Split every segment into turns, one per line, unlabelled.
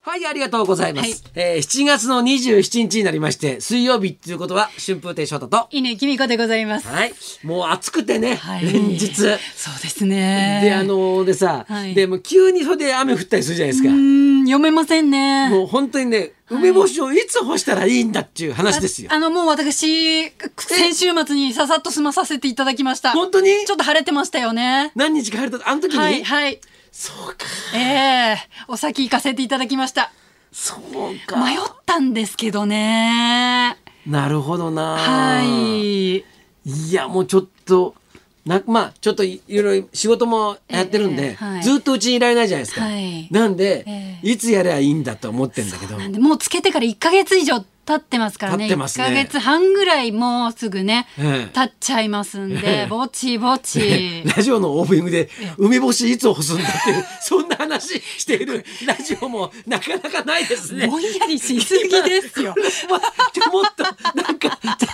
はい、ありがとうございます。えー7月の27日になりまして、水曜日っていうことは、春風亭昇太と、
犬きみこでございます。
はい、もう暑くてね、
はい
連日。
そうですね。
で、あのでさ、
はい
でもう急にそれで雨降ったりするじゃないですか
う。ーん読めませんね。
もう本当にね、梅干しをいつ干したらいいんだっていう話ですよ
あ。あのもう私先週末にささっと済まさせていただきました。
本当に
ちょっと晴れてましたよね。
何日か晴れた、あの時に、
はいはい。
そうか、
ええお先行かせていただきました。
そうか。
迷ったんですけどね。
なるほどな。
はい。
いや、もうちょっと、なまあ、ちょっといいろいろ仕事もやってるんで、
ええはい
ずっとうちにいられないじゃないですか。
はい
なんで、
え
いつやればいいんだと思ってんだけど、
なんでもうつけてから1ヶ月以上経ってますからね。
経ってますね
1ヶ月半ぐらいもうすぐね、
ええ
経っちゃいますん
ええ
で、ぼちぼち。
ラジオのオープニングで、梅干しいつ干すんだっていう、そんな話しているラジオもなかなかないですね。
ぼんやりしすぎです
今こ
よ。
れは ちょっと、なんか、なんか、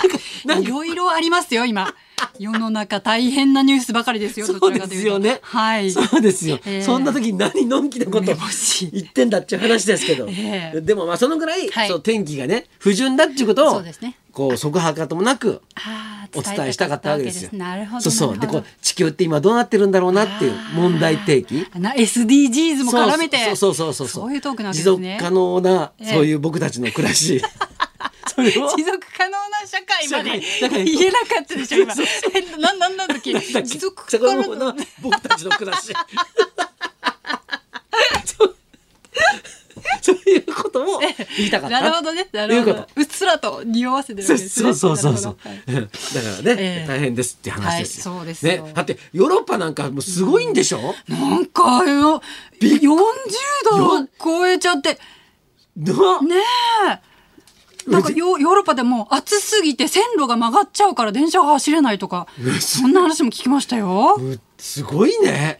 なん
い
か、
ろいろありますよ、 今。世の中大変なニュースばかりですよ、
そ
ど
う
ち
で
らかとい
す
うと
よね。
はい。
そうですよ。
ええ
そんな時に何のんきなこと
梅干し
言ってんだっていう話ですけど、
ええ
でもまあそのぐらい、
はい
そう天気がね不順だっていうこと
そ
を
うですね
こう即破方もなく
あ
お
ー
伝えしたかったわけですよ。
なるほど。
そうそう
な
で
る
こ
ほ
う
ど
地球って今どうなってるんだろうなっていう問題提起。
あな SDGs も絡めて。
そうそうそうそう
そういうトークなんで
持
す
続
ね。
可能な、
ええ
そういう僕たちの暮ら しそれを
持続可能な社会まで
社会だから
言えなかったでしょ、今。えっとなんなんなんだっけ
だっけ
持続
そ
可
この
能な。
僕たちの暮らしそうそういうことを言いたかった
なるほどね。なるほ
いうこ
ど
と。
うっすらと匂わせてるわ
そう
けですね。
そうそうそう
なるほ
だからね、
ええ
大変ですっていう話ですよ、
はいそうですよ
ね、だってヨーロッパなんかもうすごいんでしょ、
どはいなんかあの、40度を超えちゃって。
な
ねえ。なんかヨヨーロッパでもう暑すぎて線路が曲がっちゃうから電車が走れないとか、そんな話も聞きましたよ。
うすごいね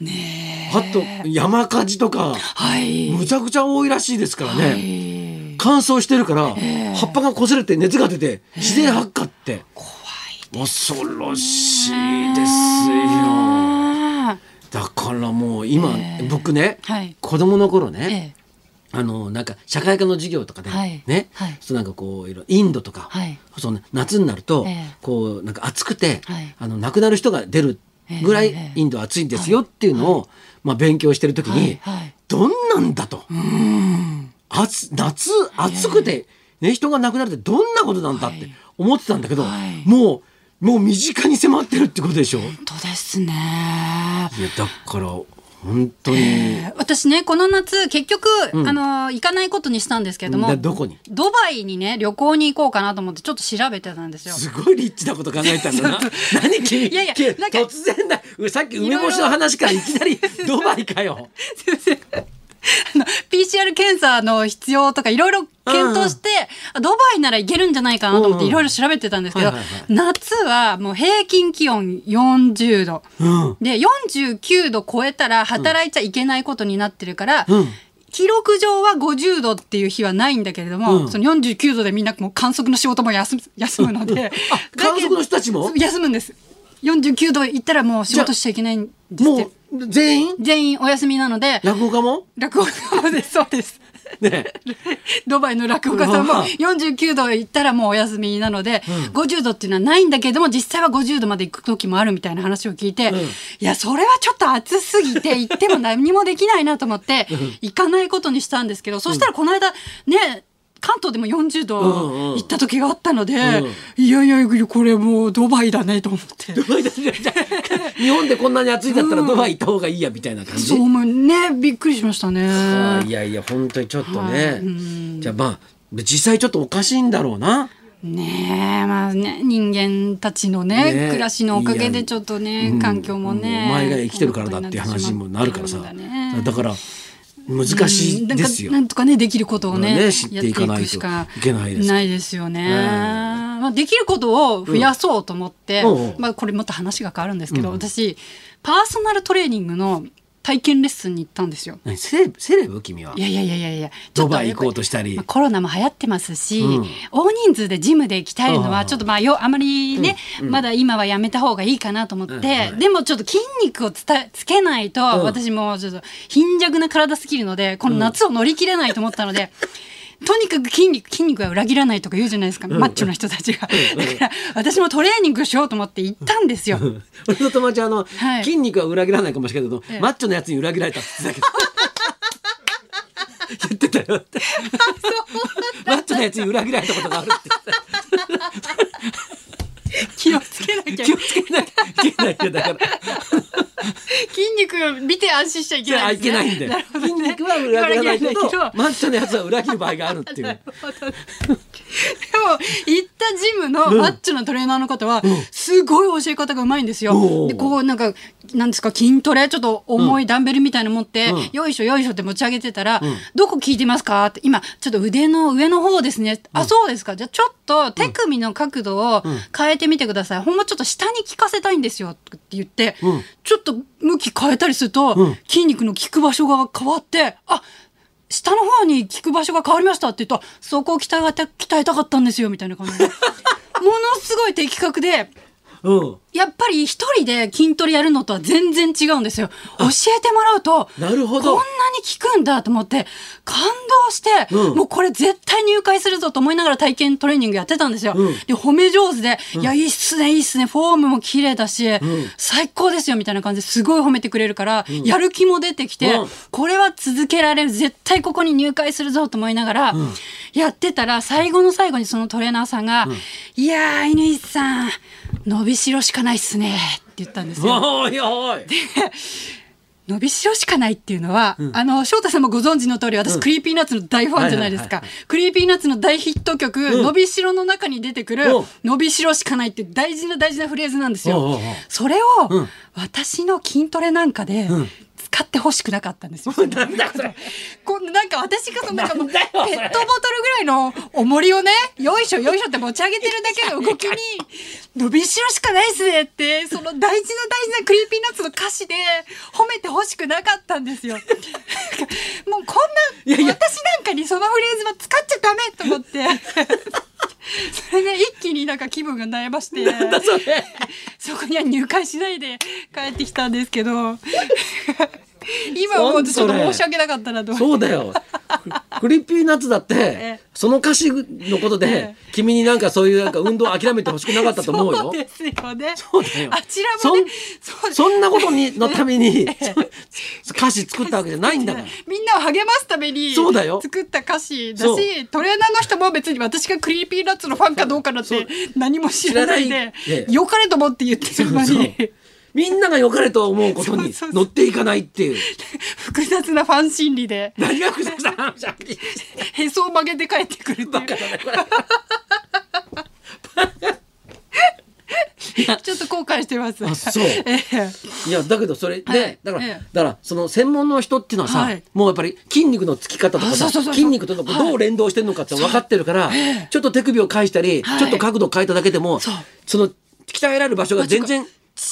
あと山火事とか
はい。
むちゃくちゃ多いらしいですからね、
はい
乾燥してるから、葉っぱが擦れて熱が出て自然発火って、恐ろしいですよ
あ
だからもう今、僕ね、
はい
子供の頃
ー
ね、
ええ
あのなんか社会科の授業とかで、
はい
ね、
はい
そうなんかこういろインドとか、
はい
そうね夏になると、
ええ
こうなんか暑くて、
はい
あの亡くなる人が出るぐら
え
い
え
インドは暑いんですよっていうのを、まあ勉強してる時に、
はいはい
どんなんだと、暑夏暑くて、ね人が亡くなるってどんなことなんだって思ってたんだけど、
はい
もうもう身近に迫ってるってことでしょ。い
本当ですね。
やだから本当に、
えー私ねこの夏結局、あのー行かないことにしたんですけれども
だどこに
ドバイにね旅行に行こうかなと思ってちょっと調べてたんですよ。
すごいリッチなこと考えたんだな。何君
いやいや
君
なんか
突然だ。うさっき梅干しの話からいき なりドバイかよ。
あの PCR 検査の必要とかいろいろ検討して、あドバイならいけるんじゃないかなと思っ
うんう
て
ん
いろいろ調べてたんですけど、
はいはいはい
夏はもう平均気温40度、
うん
で49度超えたら働いちゃいけないことになってるから、
うん
記録上は50度っていう日はないんだけれど
う
も、
ん
その49度でみんなもう観測の仕事も休む 休むので
あ観測の人たちも
だけど休むんです49度行ったらもう仕事しちゃいけないんですっ
も
て
う全員
全員お休みなので
落語家も
落語家もですそうです
ね
ドバイの落語家さんも
うわ
49度行ったらもうお休みなので、50度っていうのはないんだけども実際は50度まで行く時もあるみたいな話を聞いて、
ん
いやそれはちょっと暑すぎて行っても何もできないなと思って行かないことにしたんですけど、そしたらこの間ね関東でも40
うんうん
度行った時があったので、
う
いやいやこれもうドバイだねと思って
ド。バイだじゃあ日本でこんなに暑いんだったらドバイ行った方がいいやみたいな感じ。
そうもうねびっくりしました
あーい
ね。
やいや本当にちょっと
は
ね
いうん。
じゃあまあ実際ちょっとおかしいんだろうな。
ねえまあね人間たちのね
ねえ
暮らしのおか
い
げ
や
でちょっとね、
うん
環境もね
お前が生きてるからだっていう話にもなるからさ。
こんなことになってしまってるん
だ
だね
から難しいですよ
うん。なんかなんとかねできることをね,、
まあね知っていかないと
やってしか
いけないです
よね、
え
まあ、できることを増やそうと思って、
うんおうおう
まあ、これまた話が変わるんですけど、私パーソナルトレーニングの体験レッスンに行ったんですよ。
何セレブセレブ君はい
やいやいやいやいや、ちょ
ド
っと
バイ
やっ
行
ぱ
こうとしたり
まあ、コロナも流行ってますし、
うん
大人数でジムで鍛えるの
ああ
はちょっとまあよあまりね、まだ今はやめた方がいいかなと思って、でもちょっと筋肉をつたつけないと、私もうちょっと貧弱な体すぎるのでこの夏を乗り切れないと思ったので。とにかく筋肉筋肉は裏切らないとか言うじゃないですか、マッチョな人たちが、だから私もトレーニングしようと思って行ったんですよ、
俺の友達あの、
はい
筋肉は裏切らないかもしれないけど、
ええ
マッチョのやつに裏切られたって言ってたけど言 ってたよってマッチョのやつに裏切られたことがあるって
気をつけなきゃ
気をつけなきゃいけないよだから
筋肉を見て安心しちゃいけ
じゃ
な
あ
い
い
です、
けな
ね、
いんだよ、
なるほどね
筋肉は裏切らないけど
裏切らないけど
マッチョのやつは裏切る場合があるっ ていう
でも行ったジムのマッチョなトレーナーの方はすごい教え方がうまいんですよ。
おー
でこうなんかなんですか筋トレちょっと重いダンベルみたいなの持って、
うん
よいしょよいしょって持ち上げてたら「どこ効いてますか?」って「今ちょっと腕の上の方ですね」あそうですかじゃあちょっと手首の角度を変えてみてください、ほんまちょっと下に効かせたいんですよ」って言って、
うん
ちょっと向き変えたりすると、
うん
筋肉の効く場所が変わってあ下の方に効く場所が変わりましたって言うとそこを鍛えた鍛えたかったんですよみたいな感 じでものすごい的確で
うん
やっぱり一人で筋トレやるのとは全然違うんですよ教えてもらうと
なるほ
こん
ど
なに効くんだと思って感動して、
うん
もうこれ絶対入会するぞと思いながら体験トレーニングやってたんですよ。
うん
で褒め上手で、いやいいっすねいいっすねフォームも綺麗だし、
ん
最高ですよみたいな感じですごい褒めてくれるから、やる気も出てきて、
うん
これは続けられる絶対ここに入会するぞと思いながら、やってたら最後の最後にそのトレーナーさんが「いやー乾さん伸びしろしかないっすね」って言ったんですよ。
おいおい
伸びしろしかないっていうのは、あの翔太さんもご存知の通り私、クリーピーナッツの大ファンじゃないですか、
はい
クリーピーナッツの大ヒット曲「伸びしろ」の中に出てくる
うん
「伸びしろしかない」って大事な大事なフレーズなんですよ。
おうおうおう
それを、
うん
私の筋トレなんかで、
ん
使ってほしくなかったんですよ。
なんだそ れ
こんななんか私がそのなんかもう
なん
ペ
だ
ッ
よ
トボ
そ
ト
れ
ルぐらいの重りをねよいしょよいしょって持ち上げてる だけの動きに伸びしろしかないっすねってその大事な大事なクリーピーナッツの歌詞で褒めてほしくなかったんですよ。なんか もうこんな私なんかにそのフレーズは使っちゃダメと 思って。それで一気になんか気分が悩まして
そ れ
そこには入会しないで帰ってきたんで すけど今はもうちょっと申し訳なかったなと思っ
そ
て
うだよ。クリーピーナッツだって、
え
その歌詞のことで、
え
君になんかそういうなんか運動を諦めてほしくなかったと思う
そ
よ
う。ですよね。
そうだよ
あちらもね、う
そんなことにのために、そ歌詞作ったわけじゃないんだから。
みんなを励ますために
そうだよ
作った歌詞だ
そう
しトレーナーの人も別に私がクリーピーナッツのファンかどうかなん
そう
て何も知らない
知らない
で
ええ
良かれと思って言ってるの
そう
に
みんなが良かれと思うこと
そう
に
そうそう
乗っていかないっていう。
複雑なファン心理で
何が複雑 な話だ
へそを曲げて帰ってくるって
バ
い
カ
う
だねこれ
ちょっと後悔してます。
あそう
ええ
いやだけどそれね、
はい
だから、
ええ
だからその専門の人っていうのはさ、
はい
もうやっぱり筋肉のつき方とか
あそ
さ
うそうそう
筋肉とかどう連動してるのかって分かってるから、ちょっと手首を返したり、
はい
ちょっと角度変えただけでも
そう
その鍛えられる場所が全然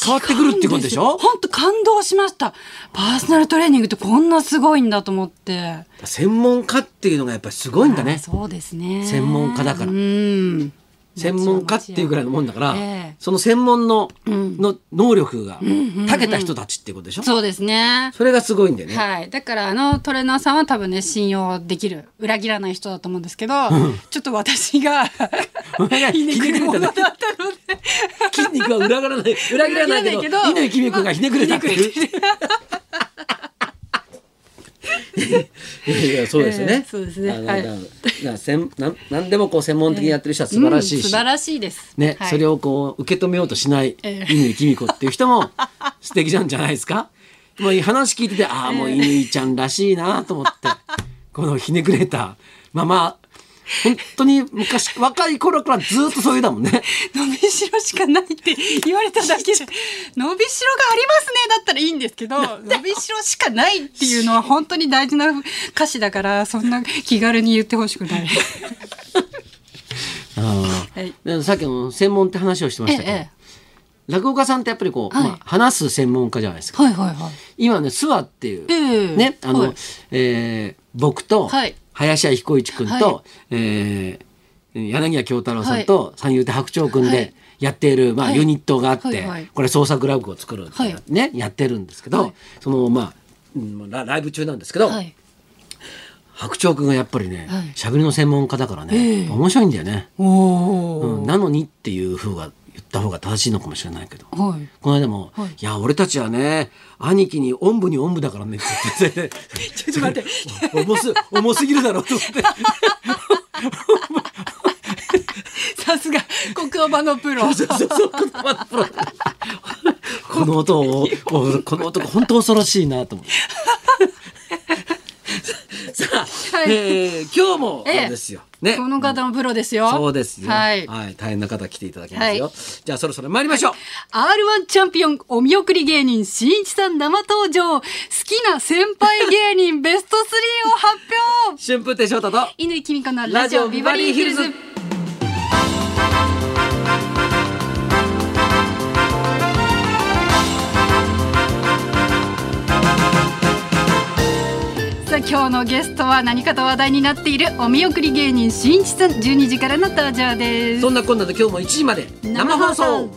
変わってくるっていうことでしょ
本当感動しました。パーソナルトレーニングってこんなすごいんだと思って。
専門家っていうのがやっぱりすごいんだ
あ
ね
そうですね。
専門家だから
うん。
専門家っていうぐらいのもんだから、
ええ
その専門の,、の能力が長けた人たちっていうことでしょ、
そうですね。
それがすごいんだよね。
はい、だからあのトレーナーさんは多分ね信用できる裏切らない人だと思うんですけど、ちょっと 私がひねくれ者だったので
筋肉は裏切らない裏切らないけど
裏切らないけど
乾きみくんがひねくれたっていう
ひねく。
いやそうですよ
え
ね
え。そうですね
あの
はい
だだせんなんなんでもこう専門的にやってる人は素晴らし
う
い
ん素
し。
晴らしいです。
ね、
はい
それをこう受け止めようとしない
ええ
乾きみこっていう人も素敵なんじゃないですか。もう話聞いててああもう乾ちゃんらしいなと思って、このひねくれたまま本当に昔若い頃からずっとそういうだもんね。
伸びしろしかないって言われただ けで伸びしろがありますねだったらいいんですけど伸びしろしかないっていうのは本当に大事な歌詞だからそんな気軽に言ってほし くない。
ああ
はい
でさっきの専門って話をしてましたけど、
ええ
落語家さんってやっぱりこう、
はい
まあ、話す専門家じゃないですか
はいはいはい。
今ね諏訪っていう、
ええ
ねあの、
はい
えー僕と
はい
林家彦一君と、
は
えー柳家京太郎さんと三遊亭白鳥君でやっている、まあ、
はい
ユニットがあって、
はいはい
これ創作落語を作るっていうのをね、やってるんですけど、
はい
そのまあうんラライブ中なんですけど、
はい。
白鳥君がやっぱりね
はい
しゃべりの専門家だから
え
ね、
え
面白いんだよね、
おお、
うんなのにっていうふうが言った方が正しいのかもしれないけど。
はい。
この間も、
はいい、
や俺たちはね兄貴におんぶにおんぶだから ねって言ってちょっと待って 重す重すぎるだろうと思って
さすが国語のプロ。
この音をおこの男本当恐ろしいな と思ってさあ、
はい
えー今日もあ
ええ
れですよ、ね
この方のプロですよ。
そうですよ
はい。
大変な方来ていただきますよ、
は
じゃあそろそろ参りましょう、
R1 チャンピオンお見送り芸人しんいちさん生登場好きな先輩芸人ベスト3を発表
春風亭昇太と
乾きみかのラジオビバリーヒルズさあ今日のゲストは何かと話題になっているお見送り芸人しんいちさん12時からの登場です
そんなこんなで今日も1時まで生放送